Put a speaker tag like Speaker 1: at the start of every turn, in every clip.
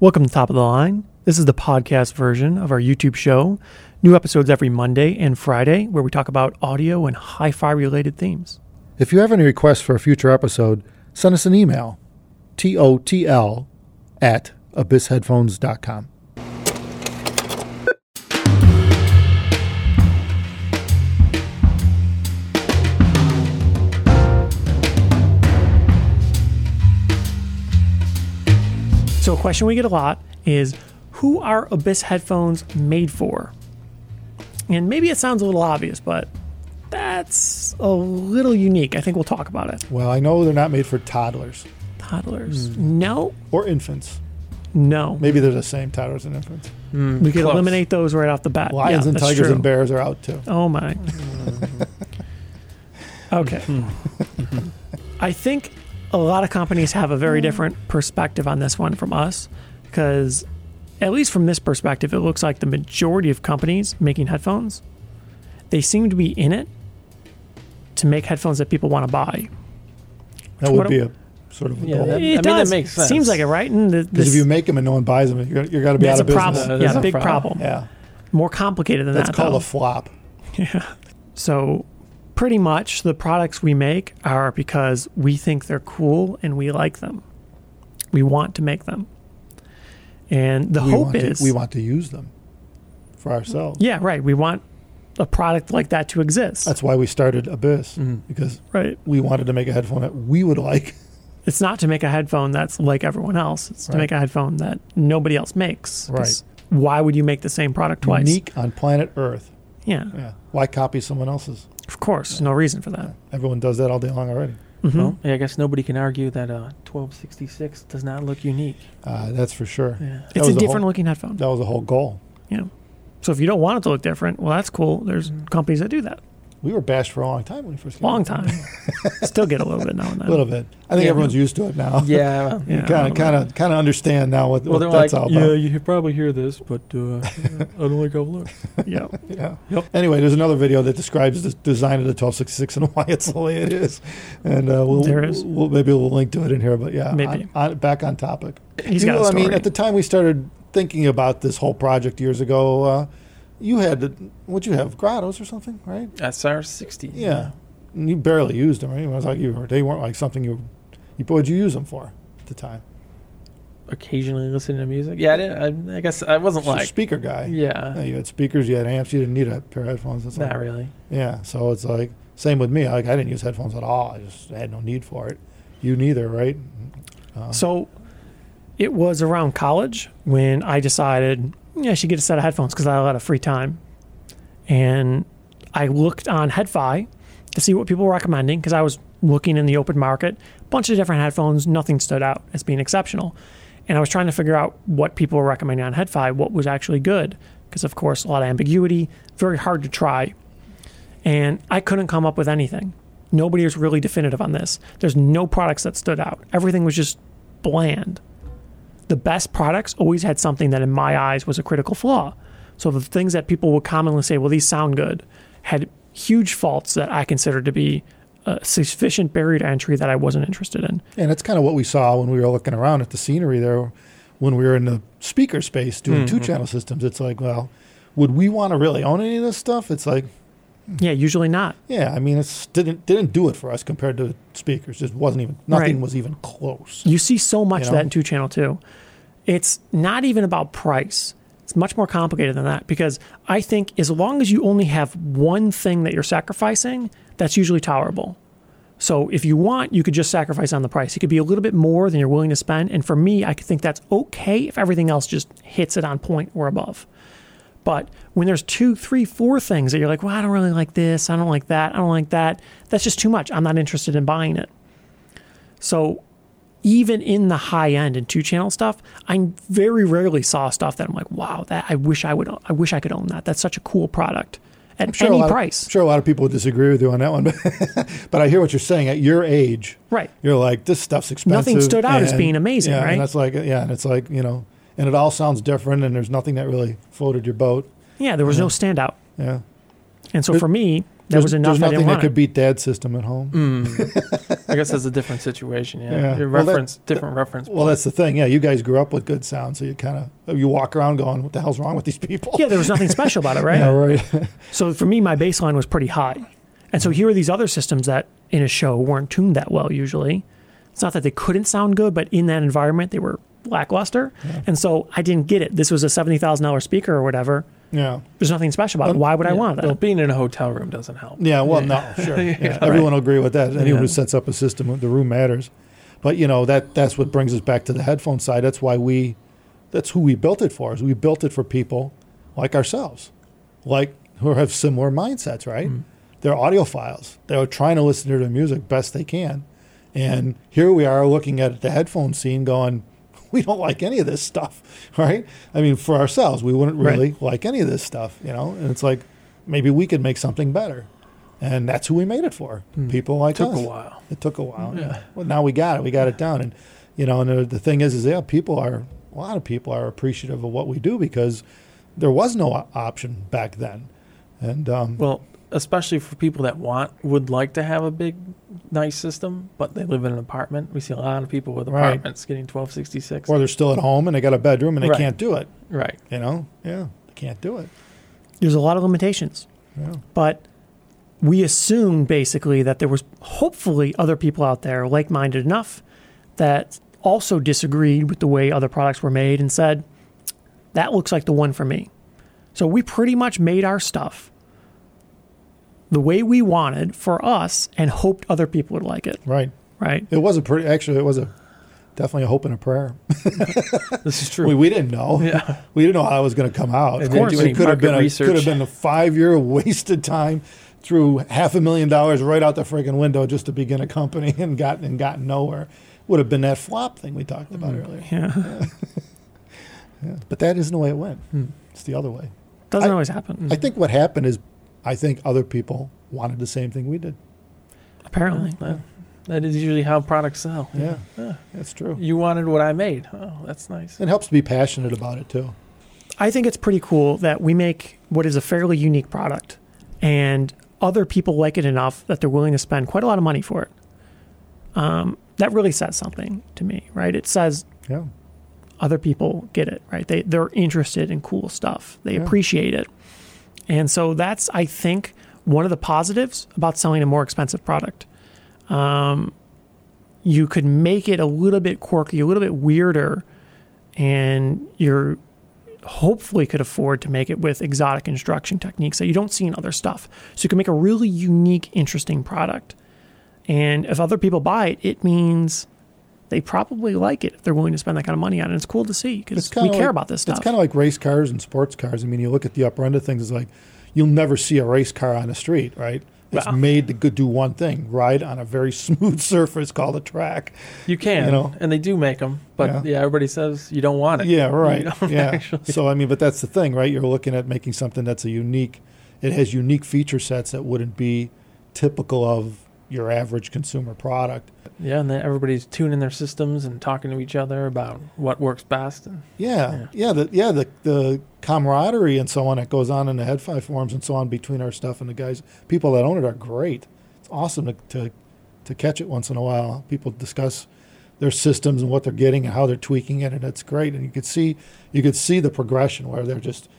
Speaker 1: Welcome to Top of the Line. This is the podcast version of our YouTube show. New episodes every Monday and Friday where we talk about audio and hi fi related themes.
Speaker 2: If you have any requests for a future episode, send us an email TOTL at abyssheadphones.com.
Speaker 1: So, a question we get a lot is who are Abyss headphones made for? And maybe it sounds a little obvious, but that's a little unique. I think we'll talk about it.
Speaker 2: Well, I know they're not made for toddlers
Speaker 1: Toddlers. No,
Speaker 2: or infants.
Speaker 1: no.
Speaker 2: Maybe they're the same toddlers and infants.
Speaker 1: we could
Speaker 3: close.
Speaker 1: eliminate those right off the bat.
Speaker 2: Lions
Speaker 1: Yeah,
Speaker 2: and
Speaker 1: that's
Speaker 2: tigers
Speaker 1: true.
Speaker 2: and bears are out too.
Speaker 1: Oh my. okay. I think a lot of companies have a very different perspective on this one from us because, at least from this perspective, it looks like the majority of companies making headphones, they seem to be in it to make headphones that people want to buy.
Speaker 2: That
Speaker 1: What
Speaker 2: would
Speaker 1: a-
Speaker 2: be a sort of a
Speaker 3: Yeah,
Speaker 2: goal.
Speaker 3: that- I
Speaker 1: It
Speaker 3: mean,
Speaker 1: does.
Speaker 3: makes sense.
Speaker 1: Seems like it, right? And the,
Speaker 2: Because
Speaker 1: this-
Speaker 2: if you make them and no one buys them, you're, you're going to be
Speaker 1: that's a
Speaker 2: out of business.
Speaker 1: problem.
Speaker 3: That is
Speaker 1: yeah,
Speaker 3: a
Speaker 1: big problem.
Speaker 3: problem.
Speaker 2: Yeah,
Speaker 1: More complicated than
Speaker 2: that's
Speaker 1: that.
Speaker 2: called
Speaker 1: though.
Speaker 2: a flop.
Speaker 1: So, pretty much the products we make are because we think they're cool and we like them. We want to make them. And the
Speaker 2: we
Speaker 1: hope
Speaker 2: want
Speaker 1: is
Speaker 2: to, we want to use them for ourselves.
Speaker 1: Yeah, right. We want a product like that to exist.
Speaker 2: That's why we started Abyss because
Speaker 1: right.
Speaker 2: we wanted to make a headphone that we would like.
Speaker 1: It's not to make a headphone that's like everyone else. It's to
Speaker 2: Right.
Speaker 1: make a headphone that nobody else makes. 'Cause
Speaker 2: Right.
Speaker 1: Why would you make the same product twice?
Speaker 2: Unique on planet Earth.
Speaker 1: Yeah.
Speaker 2: Yeah. Why copy someone else's?
Speaker 1: Of course. No reason for that. Mm-hmm.
Speaker 2: Everyone does that all day long already.
Speaker 3: Well, yeah, I guess nobody can argue that uh, 1266 does not look unique.
Speaker 2: Uh, that's for sure.
Speaker 3: Yeah.
Speaker 2: That
Speaker 1: It's
Speaker 2: was
Speaker 1: a
Speaker 2: the
Speaker 1: different
Speaker 2: Whole,
Speaker 1: looking headphone.
Speaker 2: that was the whole goal.
Speaker 1: Yeah. So if you don't want it to look different, well that's cool. There's
Speaker 2: Mm-hmm.
Speaker 1: companies that do that.
Speaker 2: We were bashed for a long time when we first. came
Speaker 1: Long
Speaker 2: out.
Speaker 1: time. Still get a little bit now and then.
Speaker 2: A little bit. I think
Speaker 3: Yeah.
Speaker 2: everyone's used to it now.
Speaker 3: Yeah. well,
Speaker 1: Yeah,
Speaker 2: Kind of, kind of, kind of understand now what, what that's all about.
Speaker 3: you probably hear this, but uh, I don't like how it looks.
Speaker 1: yeah.
Speaker 2: Yeah.
Speaker 3: Yep.
Speaker 2: Anyway, there's another video that describes the design of the 1266 and why it's the way it is, and uh, we'll,
Speaker 1: There is.
Speaker 2: we'll maybe we'll link to it in here. But yeah,
Speaker 1: Maybe.
Speaker 2: on, on, back on topic.
Speaker 1: He's
Speaker 2: You
Speaker 1: got a
Speaker 2: know, I mean,
Speaker 1: story.
Speaker 2: at the time we started thinking about this whole project years ago, uh, you had the, what'd you have grottos or something, right?
Speaker 3: SR60.
Speaker 2: Yeah, And you barely used them. Right? It was like you were, they weren't like something you, you what would you use them for at the time?
Speaker 3: Occasionally listening to music. Yeah, I, didn't, I, I guess I wasn't
Speaker 2: So
Speaker 3: like.
Speaker 2: speaker guy. Yeah,
Speaker 3: Yeah.
Speaker 2: you had speakers, you had amps, you didn't need a pair of headphones. It's like-
Speaker 3: Not really.
Speaker 2: Yeah, so it's like same with me. Like I didn't use headphones at all. I just had no need for it. You neither, right?
Speaker 1: So it was around college when I decided yeah, I should get a set of headphones because I had a lot of free time. And I looked on HeadFi to see what people were recommending because I was looking in the open market, bunch of different headphones, nothing stood out as being exceptional. And I was trying to figure out what people were recommending on HeadFi, what was actually good, because of course, a lot of ambiguity, very hard to try and I couldn't come up with anything. Nobody was really definitive on this. There's no products that stood out. Everything was just bland. The best products always had something that, in my eyes, was a critical flaw. So the things that people would commonly say, well, these sound good, had huge faults that I considered to be a sufficient barrier to entry that I wasn't interested in.
Speaker 2: And that's kind of what we saw when we were looking around at the scenery there, when we were in the speaker space doing two channel systems. It's like, well, would we want to really own any of this stuff? It's like,
Speaker 1: Yeah, usually not.
Speaker 2: yeah, I mean, it's didn't didn't do it for us compared to speakers. It wasn't even nothing
Speaker 1: Right.
Speaker 2: was even close.
Speaker 1: You see so much
Speaker 2: You
Speaker 1: of that
Speaker 2: know?
Speaker 1: in two channel too. It's not even about price. It's much more complicated than that because I think as long as you only have one thing that you're sacrificing, that's usually tolerable. So if you want, you could just sacrifice on the price. It could be a little bit more than you're willing to spend. And for me, I could think that's okay if everything else just hits it on point or above. But when there's two, three, four things that you're like, well, I don't really like this, I don't like that, I don't like that, that's just too much. I'm not interested in buying it. So even in the high end and two channel stuff, I very rarely saw stuff that I'm like, wow, that I wish I would, I wish I could own that. That's such a cool product at
Speaker 2: sure a
Speaker 1: any
Speaker 2: lot
Speaker 1: price.
Speaker 2: Of, sure, a lot of people would disagree with you on that one, but, but I hear what you're saying. At your age,
Speaker 1: Right.
Speaker 2: You're like this stuff's expensive.
Speaker 1: stood out as being amazing,
Speaker 2: yeah,
Speaker 1: right?
Speaker 2: And that's like yeah, and it's like you know, and it all sounds different, and there's nothing that really floated your boat.
Speaker 1: Yeah, there was no standout.
Speaker 2: Yeah,
Speaker 1: And so for me, That was
Speaker 2: There's-
Speaker 1: enough.
Speaker 2: There's
Speaker 1: I didn't
Speaker 2: nothing
Speaker 1: want
Speaker 2: that
Speaker 1: it.
Speaker 2: could beat Dad's system at home.
Speaker 3: Hmm. I guess that's a different situation. Yeah,
Speaker 2: Yeah.
Speaker 3: Your
Speaker 2: Well, that-
Speaker 3: reference, different reference.
Speaker 2: Well, that's the thing. Yeah, you guys grew up with good sound, so you kind of you walk around going, "What the hell's wrong with these people?"
Speaker 1: Yeah, there was nothing special about it, right?
Speaker 2: Yeah, right.
Speaker 1: So for me, my baseline was pretty high. And so here are these other systems that in a show weren't tuned that well usually. It's not that they couldn't sound good, but in that environment, they were lackluster. And so I didn't get it. This was a $70,000 speaker or whatever.
Speaker 2: yeah,
Speaker 1: There's nothing special about it. Why would I
Speaker 3: Yeah.
Speaker 1: want
Speaker 3: Well,
Speaker 1: that?
Speaker 3: being in a hotel room doesn't help.
Speaker 2: yeah. Well, no, sure. Yeah, Everyone will agree with that. Anyone who sets up a system, the room matters. But you know that that's what brings us back to the headphone side. That's why we, that's who we built it for. Is we built it for people like ourselves, like who have similar mindsets. Right? They're audiophiles. They're trying to listen to their music best they can, and here we are looking at the headphone scene, going, we don't like any of this stuff. Right? I mean, for ourselves, we wouldn't really like any of this stuff. You know, and it's like maybe we could make something better. And that's who we made it for. People like
Speaker 3: Took
Speaker 2: us.
Speaker 3: a while.
Speaker 2: It took a while.
Speaker 3: Yeah.
Speaker 2: Well, now we got it. We got it down, and you know, and the, the thing is, is yeah, people are a lot of people are appreciative of what we do because there was no o- option back then, and um,
Speaker 3: Well, especially for people that want would like to have a big, nice system, but they live in an apartment. We see a lot of people with
Speaker 2: Right.
Speaker 3: apartments getting twelve sixty six.
Speaker 2: or they're still at home and they got a bedroom and they
Speaker 3: Right.
Speaker 2: can't do it.
Speaker 3: Right.
Speaker 2: You know, yeah, they can't do it.
Speaker 1: There's a lot of limitations.
Speaker 2: Yeah.
Speaker 1: But we assumed basically that there was hopefully other people out there like minded enough that also disagreed with the way other products were made and said, that looks like the one for me. So we pretty much made our stuff the way we wanted for us and hoped other people would like it,
Speaker 2: Right.
Speaker 1: right?
Speaker 2: It was a pretty. Actually, it was a definitely a hope and a prayer.
Speaker 3: This is
Speaker 2: We,
Speaker 3: true.
Speaker 2: we didn't know.
Speaker 3: Yeah.
Speaker 2: We didn't know how it was going to come out.
Speaker 3: Of course.
Speaker 2: it could have been a,
Speaker 3: Market
Speaker 2: could have
Speaker 3: research.
Speaker 2: been a five year wasted time. Threw half a million dollars right out the friggin' window just to begin a company and gotten and gotten nowhere. Would have been that flop thing we talked about
Speaker 3: Hmm.
Speaker 2: earlier.
Speaker 1: Yeah.
Speaker 2: But that isn't the way it went.
Speaker 3: Hmm.
Speaker 2: It's the other way.
Speaker 1: Doesn't
Speaker 2: I-
Speaker 1: always happen,
Speaker 2: I think what happened is, I think other people wanted the same thing we did.
Speaker 1: apparently.
Speaker 3: That- that is usually how products sell.
Speaker 2: Yeah, that's true.
Speaker 3: You wanted what I made. Oh, that's nice.
Speaker 2: It helps to be passionate about it too.
Speaker 1: I think it's pretty cool that we make what is a fairly unique product and other people like it enough that they're willing to spend quite a lot of money for it. Um, that really says something to me, right? It says
Speaker 2: Yeah,
Speaker 1: other people get it, right? They, they're interested in cool stuff, they
Speaker 2: Yeah.
Speaker 1: appreciate it. And so that's, I think, one of the positives about selling a more expensive product. Um, you could make it a little bit quirky, a little bit weirder, and you're hopefully could afford to make it with exotic instruction techniques that you don't see in other stuff. So you can make a really unique, interesting product. And if other people buy it, it means they probably like it if they're willing to spend that kind of money on it. It's cool to see because we
Speaker 2: kinda
Speaker 1: care
Speaker 2: like-
Speaker 1: about this
Speaker 2: It's
Speaker 1: stuff.
Speaker 2: kind of like race cars and sports cars. I mean, you look at the upper end of things. It's like you'll never see a race car on the street, right? It's
Speaker 3: Well-
Speaker 2: made to go- do one thing: ride on a very smooth surface called a track.
Speaker 3: You can,
Speaker 2: You know.
Speaker 3: and they do make them, but
Speaker 2: Yeah.
Speaker 3: yeah. everybody says you don't want it.
Speaker 2: Yeah, right.
Speaker 3: You don't
Speaker 2: Yeah.
Speaker 3: actually-
Speaker 2: So I mean, but that's the thing, right? You're looking at making something that's a unique. It has unique feature sets that wouldn't be typical of your average consumer product.
Speaker 3: Yeah, and then everybody's tuning their systems and talking to each other about what works best. And
Speaker 2: Yeah, yeah, the, yeah. The the camaraderie and so on that goes on in the head five forums and so on between our stuff and the guys, people that own it are great. It's awesome to to, to catch it once in a while. People discuss their systems and what they're getting and how they're tweaking it, and it's great. And you could see you could see the progression where they're just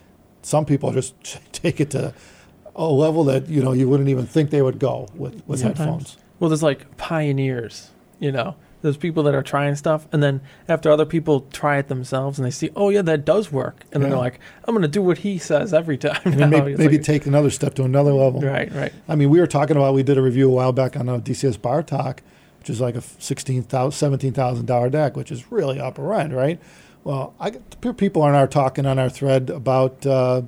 Speaker 2: some people just take it to a level that you know you wouldn't even think they would go with with
Speaker 1: Sometimes.
Speaker 2: headphones.
Speaker 3: well, there's like pioneers, you know, there's people that are trying stuff, and then after other people try it themselves and they see, oh yeah, that does work, and then
Speaker 2: Yeah.
Speaker 3: they're like, I'm gonna do what he says every time.
Speaker 2: And then
Speaker 3: now.
Speaker 2: maybe,
Speaker 3: Oh, It's
Speaker 2: maybe
Speaker 3: like-
Speaker 2: take another step to another level.
Speaker 3: right, right.
Speaker 2: I mean, we were talking about we did a review a while back on uh, a DCS Bar Talk, which is like a sixteen thousand, seventeen thousand dollar deck, which is really upper end, right? Well, I got- p- people on our talking on our thread about uh,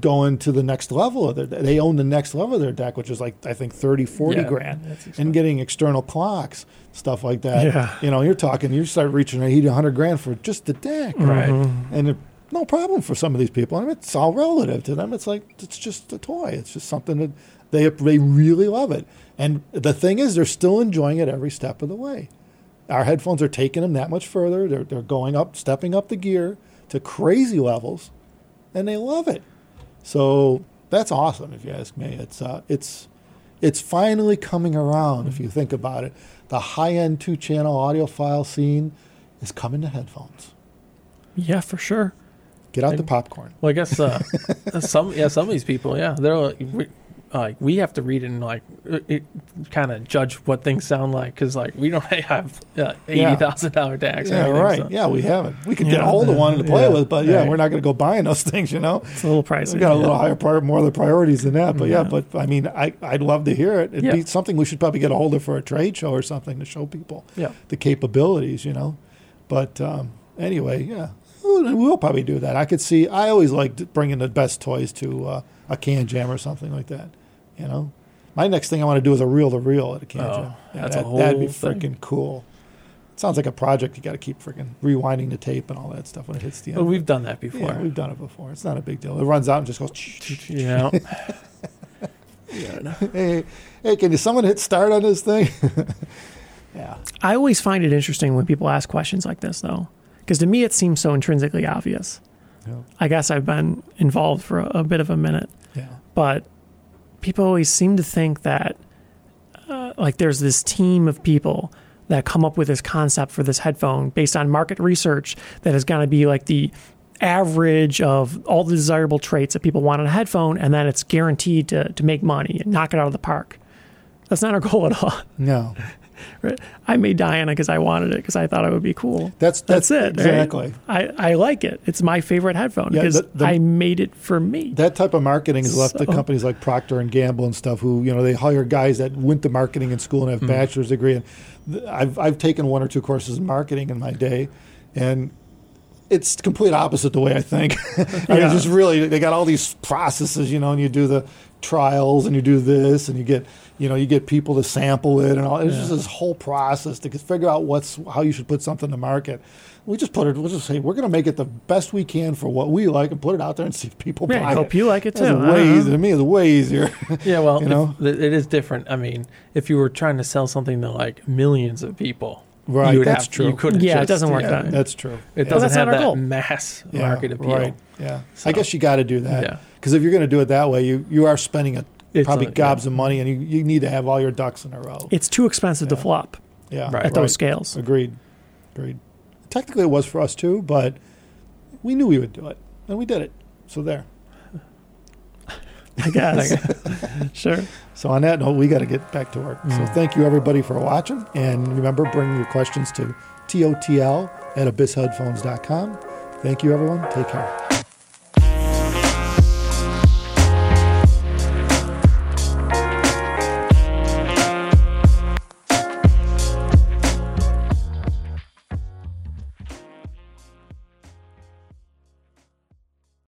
Speaker 2: going to the next level of their. They own the next level of their deck, which is like I think 30, 40
Speaker 3: Yeah,
Speaker 2: grand,
Speaker 3: that's expensive.
Speaker 2: and getting external clocks, stuff like that.
Speaker 1: Yeah.
Speaker 2: You know, you're talking, you start reaching a hundred grand for just the deck,
Speaker 3: Right.
Speaker 1: Mm-hmm.
Speaker 2: and it, no problem for some of these people. I mean, it's all relative to them. It's like it's just a toy. It's just something that they they really love it. And the thing is, they're still enjoying it every step of the way. Our headphones are taking them that much further. They're they're going up, stepping up the gear to crazy levels, and they love it. So that's awesome if you ask me. It's uh, it's it's finally coming around if you think about it. The high-end two-channel audiophile scene is coming to headphones.
Speaker 1: Yeah, for sure.
Speaker 2: Get out the popcorn.
Speaker 3: Well, I guess uh, some yeah some of these people yeah they're like we, like, we have to read and like kind of judge what things sound like because like we don't have uh, eighty thousand dollar DAX. or
Speaker 2: Yeah,
Speaker 3: anything,
Speaker 2: right.
Speaker 3: so-
Speaker 2: Yeah, we haven't. We could
Speaker 1: Yeah.
Speaker 2: get a hold of one to play
Speaker 3: Yeah.
Speaker 2: with, but yeah,
Speaker 3: Right.
Speaker 2: we're not going to go buying those things. You know,
Speaker 1: It's a little
Speaker 2: we
Speaker 1: pricey.
Speaker 2: got a
Speaker 1: yeah.
Speaker 2: little higher prior, more of the priorities than that. But yeah,
Speaker 1: Yeah.
Speaker 2: but I mean, I I'd love to hear it. It'd
Speaker 3: Yeah.
Speaker 2: be something we should probably get a hold of for a trade show or something to show people
Speaker 3: Yeah.
Speaker 2: the capabilities. You know, but um, anyway, yeah, we'll we'll probably do that. I could see. I always liked bringing the best toys to uh, a can jam or something like that. You know. My next thing I want to do is a reel to reel at a can
Speaker 3: Oh,
Speaker 2: jam. Yeah,
Speaker 3: that's a
Speaker 2: that, that'd be
Speaker 3: whole thing.
Speaker 2: freaking cool. Sounds like a project you got to keep freaking rewinding the tape and all that stuff when it hits the end.
Speaker 3: Well, we've done that before.
Speaker 2: yeah, we've done it before. It's not a big deal. It runs out and just goes.
Speaker 3: Yeah.
Speaker 2: hey, hey, can you someone hit start on this thing? yeah,
Speaker 1: I always find it interesting when people ask questions like this, though, because to me it seems so intrinsically obvious.
Speaker 2: Yeah.
Speaker 1: I guess I've been involved for a, a bit of a minute,
Speaker 2: yeah,
Speaker 1: but people always seem to think that, uh, like, there's this team of people that come up with this concept for this headphone based on market research that is going to be like the average of all the desirable traits that people want in a headphone, and then it's guaranteed to, to make money and knock it out of the park. That's not our goal at all.
Speaker 2: no,
Speaker 1: Right? I made Diana because I wanted it because I thought it would be cool.
Speaker 2: that's
Speaker 1: That's, it. right?
Speaker 2: exactly.
Speaker 1: I, I like it. It's my favorite headphone
Speaker 2: Yeah,
Speaker 1: because
Speaker 2: the- the-
Speaker 1: I made it for me.
Speaker 2: That type of marketing is left to
Speaker 1: So-
Speaker 2: companies like Procter and Gamble and stuff, who you know they hire guys that went to marketing in school and have bachelor's degree. And th- I've I've taken one or two courses in marketing in my day, and it's complete opposite the way I think. I mean, it's just really they got all these processes, you know, and you do the trials and you do this and you get you know you get people to sample it and all. It's just this whole process to figure out what's how you should put something to market. We just put it. We'll just say we're going to make it the best we can for what we like and put it out there and see if people
Speaker 1: Yeah,
Speaker 2: buy
Speaker 1: I
Speaker 2: it.
Speaker 1: hope you like it
Speaker 2: That's
Speaker 1: too. I
Speaker 2: way
Speaker 1: don't know.
Speaker 2: easier to me. It's way easier.
Speaker 3: Yeah, well,
Speaker 2: You know?
Speaker 3: if- th- it is different. I mean, if you were trying to sell something to like millions of people,
Speaker 2: Right,
Speaker 3: You would
Speaker 2: that's
Speaker 3: have,
Speaker 2: true.
Speaker 3: You couldn't.
Speaker 1: Yeah, it
Speaker 3: just-
Speaker 1: doesn't work that way.
Speaker 2: that's true.
Speaker 3: It
Speaker 1: Well,
Speaker 3: doesn't
Speaker 1: that's
Speaker 3: have
Speaker 1: not our
Speaker 3: that
Speaker 1: goal.
Speaker 3: mass
Speaker 2: Yeah,
Speaker 3: market appeal.
Speaker 2: Right. Yeah, I guess you got to do
Speaker 3: Yeah.
Speaker 2: that because if you're going to do it that way, you you are spending a,
Speaker 3: It's
Speaker 2: probably
Speaker 3: a- yeah.
Speaker 2: gobs of money, and you, you need to have all your ducks in a row.
Speaker 1: It's too expensive to
Speaker 2: Yeah.
Speaker 1: flop
Speaker 2: yeah,
Speaker 3: Right.
Speaker 1: at those scales.
Speaker 2: Agreed. Agreed. Technically, it was for us too, but we knew we would do it, and we did it. So there.
Speaker 1: I guess. sure.
Speaker 2: So on that note, we got to get back to work. So thank you everybody for watching, and remember, bring your questions to totl at abyssheadphones.com. Thank you, everyone. Take care.